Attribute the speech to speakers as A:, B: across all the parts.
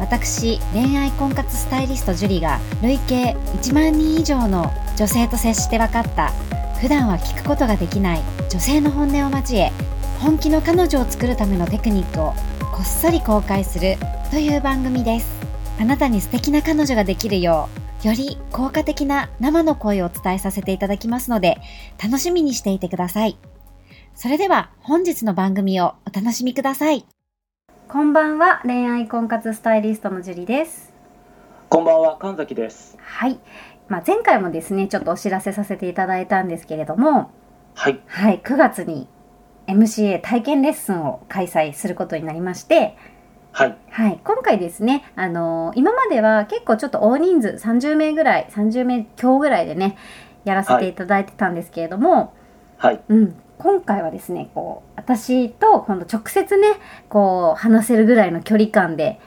A: 私恋愛婚活スタイリストジュリが累計1万人以上の女性と接して分かった普段は聞くことができない女性の本音を交え本気の彼女を作るためのテクニックをこっそり公開するという番組ですあなたに素敵な彼女ができるようより効果的な生の声をお伝えさせていただきますので楽しみにしていてくださいそれでは本日の番組をお楽しみくださいこんばんは恋愛婚活スタイリストのジュリです
B: こんばんは、神崎です。
A: はい、まあ、前回もですねちょっとお知らせさせていただいたんですけれども
B: はい。
A: はい9月に MCA 体験レッスンを開催することになりまして
B: はい。
A: はい、今回ですね、あのー今までは結構ちょっと大人数30名ぐらい30名強ぐらいでねやらせていただいてたんですけれども、
B: はい。
A: うん、今回はですねこう私と今度直接ねこう話せるぐらいの距離感で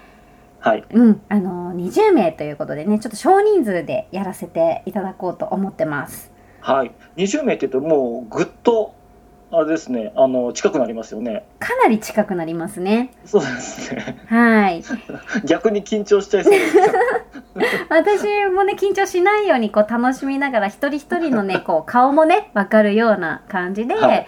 B: はい。
A: うん、あの20名ということでねちょっと少人数でやらせていただこうと思ってます
B: はい。20名って言うと、もうぐっと、あれですね、あの、近くなりますよね。
A: かなり近くなりますね
B: そうです ね。
A: はい
B: 逆に緊張しちゃいそうです。
A: 私もね緊張しないようにこう楽しみながら一人一人 のねこう顔もね分かるような感じで、
B: はい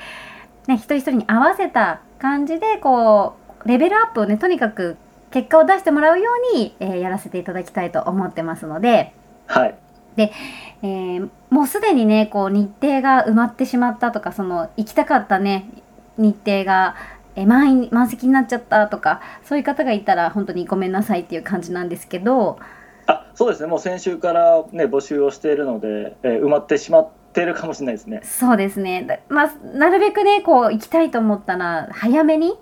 A: ね、一人一人に合わせた感じでこうレベルアップをねとにかく結果を出してもらうように、えーやらせていただきたいと思ってますので、
B: はい。
A: えーもうすでにねこう日程が埋まってしまったとかその行きたかったね日程が、えー満員満席になっちゃったとかそういう方がいたら本当にごめんなさいっていう感じなんですけど
B: あ、そうですね。もう先週からね、募集をしているので、えー埋まってしまってるかもしれないですね。
A: そうですねだまあなるべくねこう行きたいと思ったら早めに、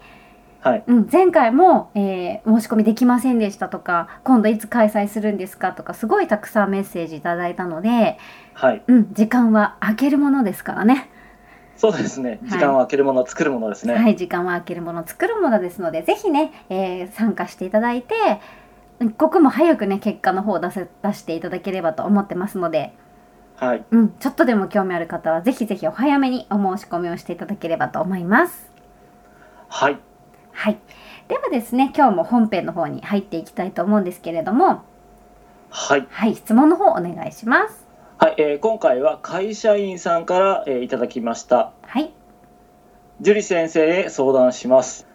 B: はい。
A: うん、前回も、えー申し込みできませんでしたとか今度いつ開催するんですかとかすごいたくさんメッセージいただいたので、
B: はい。
A: うん、時間は空けるものですからね。
B: そうですね。
A: い
B: 時間を空けるものは作るものですね。
A: はい、時間は空けるもの作るものですのでぜひね、えー参加していただいて一刻も早くね結果の方を出せ出していただければと思ってますので、
B: はい。
A: うん、ちょっとでも興味ある方はぜひぜひお早めにお申し込みをしていただければと思います。
B: はい。
A: はい、ではですね今日も本編の方に入っていきたいと思うんですけれども、
B: はい。
A: はい、質問の方お願いします。
B: はい。えー今回は会社員さんから、えーいただきました。
A: はい、
B: 樹里先生へ相談します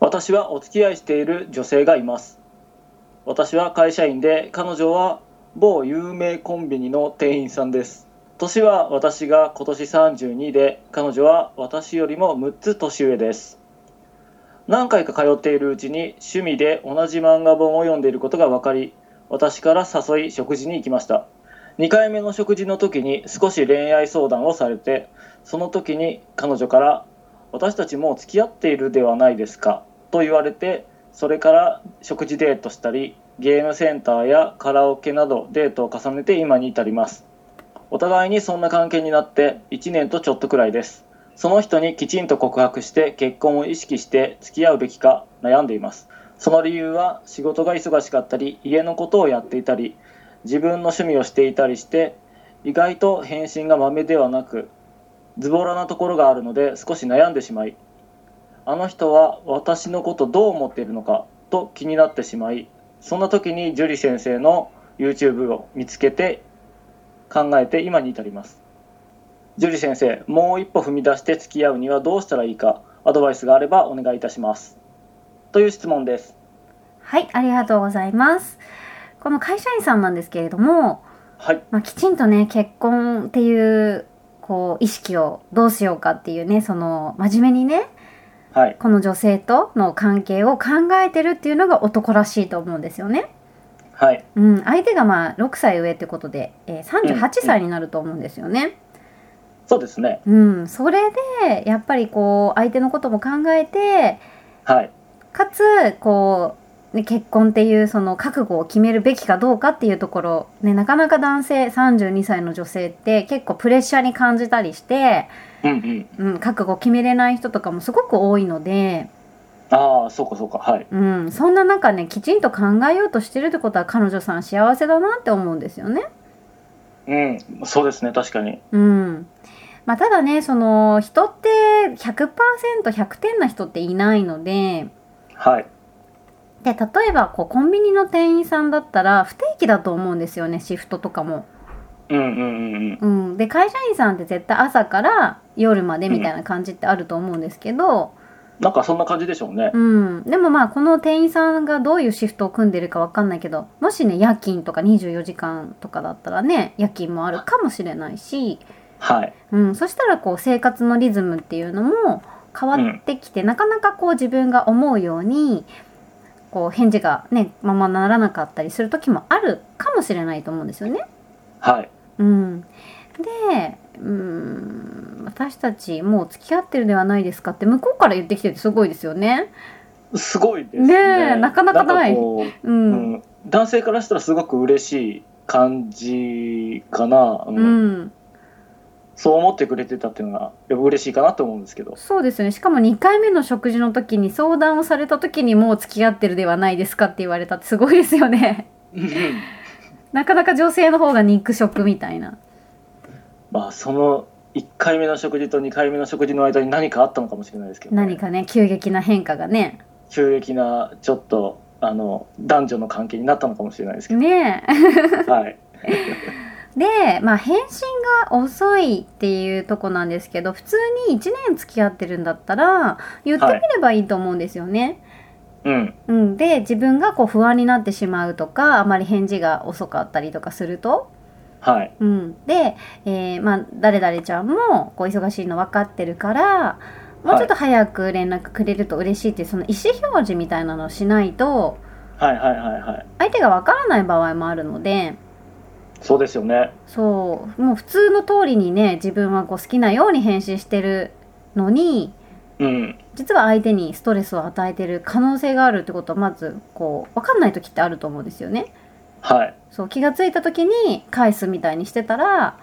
B: 私はお付き合いしている女性がいます私は会社員で彼女は某有名コンビニの店員さんです年は私が今年32で彼女は私よりも6つ年上です何回か通っているうちに趣味で同じ漫画本を読んでいることが分かり私から誘い食事に行きました2回目の食事の時に少し恋愛相談をされてその時に彼女から私たちもう付き合っているではないですかと言われてそれから食事デートしたりゲームセンターやカラオケなどデートを重ねて今に至りますお互いにそんな関係になって1年とちょっとくらいですその人にきちんと告白して結婚を意識して付き合うべきか悩んでいますその理由は仕事が忙しかったり家のことをやっていたり自分の趣味をしていたりして意外と返信がまめではなくズボラなところがあるので少し悩んでしまいあの人は私のことどう思っているのかと気になってしまいそんな時に樹里先生の YouTube を見つけて考えて今に至ります樹里先生もう一歩踏み出して付き合うにはどうしたらいいかアドバイスがあればお願いいたしますという質問です
A: はい、ありがとうございます。この会社員さんなんですけれども、
B: はい
A: まあ、きちんとね結婚っていうこう意識をどうしようかっていうねその真面目にね
B: はい
A: この女性との関係を考えてるっていうのが男らしいと思うんですよね。
B: はい
A: うん、相手がまあ6歳上ってことで、えー38
B: うん
A: 歳になると思うんですよね。
B: そうですね
A: うん、それでやっぱりこう相手のことも考えて
B: はい
A: かつこうね結婚っていうその覚悟を決めるべきかどうかっていうところ、ね、なかなか男性32歳の女性って結構プレッシャーに感じたりして、
B: うんうん。
A: うん、覚悟を決めれない人とかもすごく多いので、
B: ああ、そうかそうか。はい。
A: うん、そんな中ねきちんと考えようとしてるってことは彼女さん幸せだなって思うんですよね。
B: うん。そうですね。確かに。
A: うんまあ、ただねその人って 100%100 点な人っていないので
B: はい。
A: で例えばこうコンビニの店員さんだったら不定期だと思うんですよねシフトとかも。
B: うんうんうんうん。
A: うん、で会社員さんって絶対朝から夜までみたいな感じってあると思うんですけど。
B: なんかそんな感じでしょうね。
A: うん、でもまあこの店員さんがどういうシフトを組んでるかわかんないけどもしね夜勤とか24時間とかだったらね夜勤もあるかもしれないし、
B: はい。
A: うん、そしたらこう生活のリズムっていうのも変わってきて、なかなかこう自分が思うようにこう返事がねままならなかったりする時もあるかもしれないと思うんですよね。
B: はい。
A: うん、で、うん、私たちもう付き合ってるではないですかって向こうから言ってきててすごいですよね。
B: すごいですね。
A: ねえなかなかない
B: んこう
A: う
B: うんん、男性からしたらすごく嬉しい感じかな、うん
A: うん、
B: そう思ってくれてたっていうのがやっぱ嬉しいかなと思うんですけど
A: そうですよねしかも2回目の食事の時に相談をされた時にもう付き合ってるではないですかって言われたってすごいですよね なかなか女性の方が肉食みたいな
B: まあその1回目の食事と2回目の食事の間に何かあったのかもしれないですけど、
A: 何かね急激な変化がね
B: 急激なちょっとあの男女の関係になったのかもしれないですけ
A: ねえ
B: どはい
A: でまあ返信が遅いっていうとこなんですけど普通に1年付き合ってるんだったら言ってみればいいと思うんですよね、
B: うん
A: うん、で自分がこう不安になってしまうとかあまり返事が遅かったりとかすると
B: はい
A: うん、で、えーまあ、誰々ちゃんもこう忙しいの分かってるからもうちょっと早く連絡くれると嬉しいっていうその意思表示みたいなのをしないと
B: はいはいはいはい
A: 相手が分からない場合もあるので
B: そうですよね
A: そうもう普通の通りにね自分はこう好きなように返信してるのに
B: うん
A: 実は相手にストレスを与えてる可能性があるってことはまずこう分かんない時ってあると思うんですよね。
B: はい
A: そう気がついた時に返すみたいにしてたら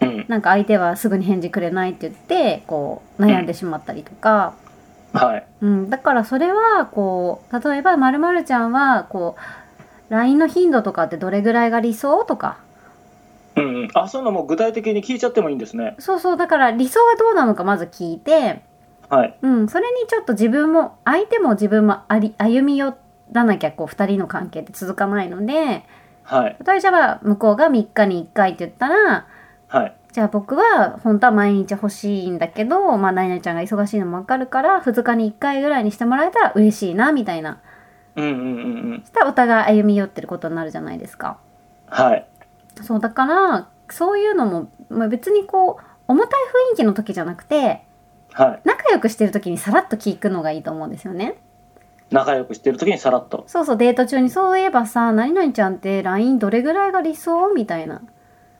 B: うん
A: なんか相手はすぐに返事くれないって言ってこう悩んでしまったりとか、
B: はい
A: うん、だからそれはこう例えばまるまるちゃんはこう LINE の頻度とかってどれぐらいが理想とか
B: うんうんあそういうのも具体的に聞いちゃってもいいんですね
A: そうそうだから理想はどうなのかまず聞いて、
B: はい
A: うん、それにちょっと自分も相手も自分もあり歩み寄らなきゃこう2人の関係って続かないので
B: はい
A: 例えば向こうが3日に1回って言ったら
B: はい
A: じゃあ僕は本当は毎日欲しいんだけど、まあ、ナイナイちゃんが忙しいのもわかるから、2日に1回ぐらいにしてもらえたら嬉しいな、みたいな。
B: うんうんうんうん
A: したらお互い歩み寄ってることになるじゃないですか。
B: はい
A: そう、だから、そういうのも、まあ、別にこう、重たい雰囲気の時じゃなくて、
B: はい
A: 仲良くしてる時にさらっと聞くのがいいと思うんですよね。
B: 仲良くしてる時にさらっと
A: そうそう、デート中に、そういえばさ、何々ちゃんって LINE どれぐらいが理想みたいな。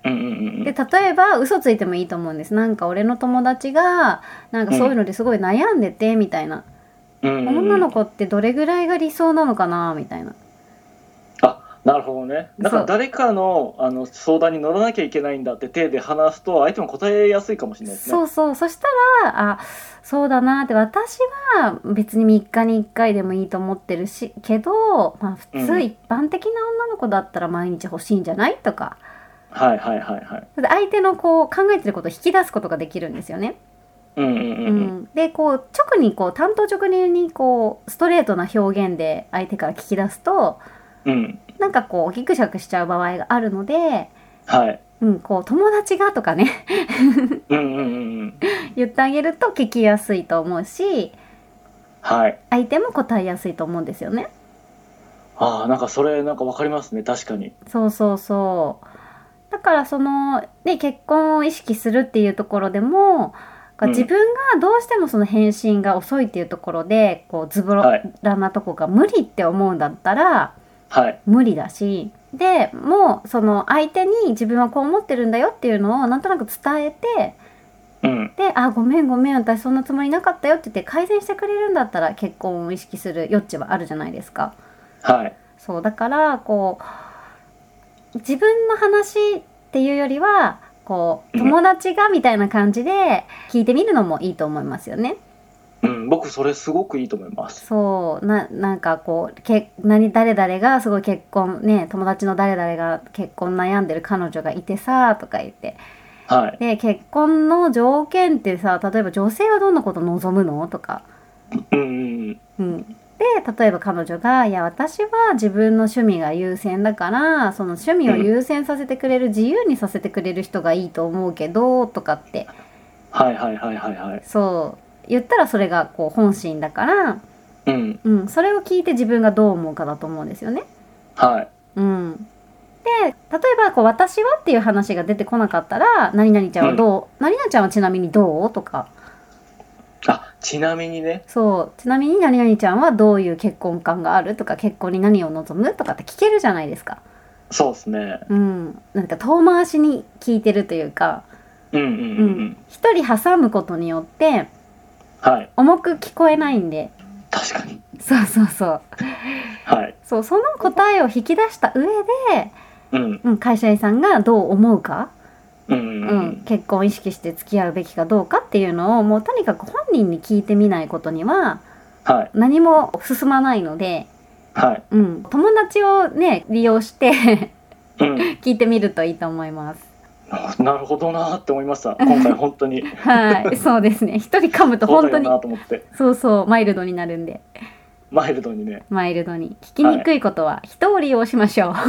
B: うんうんう
A: で
B: ん
A: 例えば嘘ついてもいいと思うんですなんか俺の友達がなんかそういうのですごい悩んでてみたいな、
B: うんうん
A: 女の子ってどれぐらいが理想なのかなみたいな
B: あなるほどねなん
A: そ
B: か
A: う
B: 誰かのあの相談に乗らなきゃいけないんだって手で話すと相手も答えやすいかもしれないですね
A: そうそうそしたらあそうだなって私は別に3日に1回でもいいと思ってるしけど、まあ、普
B: う
A: 通
B: ん
A: 一般的な女の子だったら毎日欲しいんじゃないとか
B: はいはいはいはい
A: 相手のこう考えてることを引き出すことができるんですよね。
B: うんうんうん
A: う
B: うん
A: ん、でこう直にこう担当直入にこうストレートな表現で相手から聞き出すと
B: うん
A: なんかこうギクシャクしちゃう場合があるので、
B: はい
A: うん、こう友達がとかね
B: うんうんうんうん
A: 言ってあげると聞きやすいと思うし
B: はい
A: 相手も答えやすいと思うんですよね。
B: ああなんかそれなんかわかりますね確かに
A: そうそうそうだからその、ね、結婚を意識するっていうところでも
B: うん
A: 自分がどうしてもその返信が遅いっていうところでこうズボ
B: はい
A: ラなとこが無理って思うんだったら、
B: はい
A: 無理だしでもうその相手に自分はこう思ってるんだよっていうのをなんとなく伝えて
B: うん
A: で「あごめんごめん私そんなつもりなかったよ」って言って改善してくれるんだったら結婚を意識する余地はあるじゃないですか。
B: はい。
A: そうだからこう自分の話っていうよりはこう
B: うん
A: 友達がみたいな感じで聞いてみるのもいいと思いますよね。
B: うん、僕それすごくいいと思います。
A: そうななんかこうけ何誰々がすごい結婚ね友達の誰々が結婚悩んでる彼女がいてさとか言って
B: はい。
A: で結婚の条件ってさ例えば女性はどんなこと望むのとか
B: うんうんうん。
A: うん、で例えば彼女が「いや私は自分の趣味が優先だからその趣味を優先させてくれる、自由にさせてくれる人がいいと思うけど」とかって
B: はいはいはいはいはい。
A: そう言ったらそれがこう本心だから、
B: うん。
A: うん、それを聞いて自分がどう思うかだと思うんですよね。
B: はい。
A: うん、で例えばこう「私は」っていう話が出てこなかったら「何々ちゃんはどう、何々ちゃんはちなみにどう?」とか
B: あ、ちなみにね。
A: そう「ちなみに何々ちゃんはどういう結婚観がある?」とか「結婚に何を望む?」とかって聞けるじゃないですか。
B: そうですね。
A: うん、なんか遠回しに聞いてるというか
B: うんうんうんうん。
A: 一人挟むことによって
B: はい。
A: 重く聞こえないんで
B: 確かに。
A: そうそうそう
B: はい。
A: そうその答えを引き出した上で、
B: うん
A: うん、会社員さんがどう思うか、
B: うん
A: う
B: うんんうん。
A: 結婚を意識して付き合うべきかどうかっていうのをもうとにかく本人に聞いてみないことには
B: はい
A: 何も進まないので、
B: はい。
A: うん、友達をね利用して
B: うん。
A: 聞いてみるといいと思います。
B: あなるほどなーって思いました。今回本当に。
A: はい、そうですね。一人噛むと
B: そう
A: 本当
B: だよ
A: に
B: なと思って。
A: そうそうマイルドになるんで
B: マイルドにね。
A: マイルドに聞きにくいことは人を利用しましょうは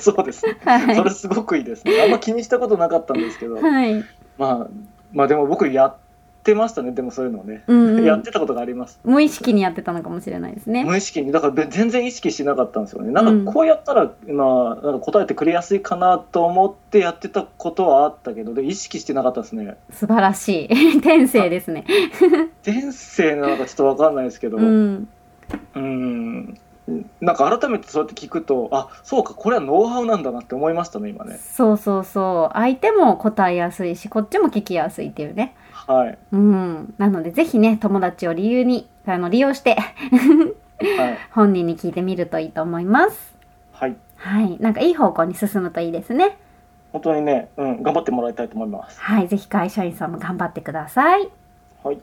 B: そうです。
A: い
B: それすごくいいですね。あんま気にしたことなかったんですけど。
A: はい
B: まあ、まあでも僕やってましたね。でもそういうのをね。
A: うん、う
B: やっ
A: ん、
B: てたことがあります。
A: 無意識にやってたのかもしれないですね
B: 無意識にだからべ全然意識してなかったんですよねなんかこうやったら、まあなんか答えてくれやすいかなと思ってやってたことはあったけどで意識してなかったですね
A: 素晴らしい天性ですね
B: 前世なのかちょっとわかんないですけど
A: う
B: うんーんなんか改めてそうやって聞くとあそうかこれはノウハウなんだなって思いましたね今ね
A: そうそうそう相手も答えやすいしこっちも聞きやすいっていうね
B: はい
A: うんなのでぜひね友達を理由にあの利用して
B: はい
A: 本人に聞いてみるといいと思います
B: はい
A: はいなんかいい方向に進むといいですね
B: 本当にね、うん、頑張ってもらいたいと思います
A: はいぜひ会社員さんも頑張ってください
B: はい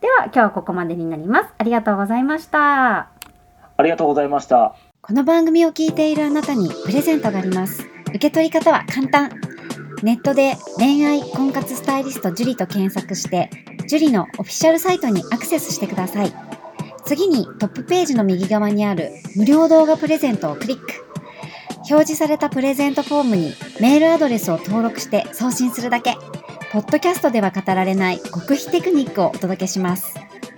A: では今日はここまでになりますありがとうございました
B: ありがとうございました
C: この番組を聞いているあなたにプレゼントがあります。受け取り方は簡単。ネットで恋愛婚活スタイリスト樹と検索して、樹のオフィシャルサイトにアクセスしてください。次にトップページの右側にある無料動画プレゼントをクリック。表示されたプレゼントフォームにメールアドレスを登録して送信するだけ。ポッドキャストでは語られない極秘テクニックをお届けします。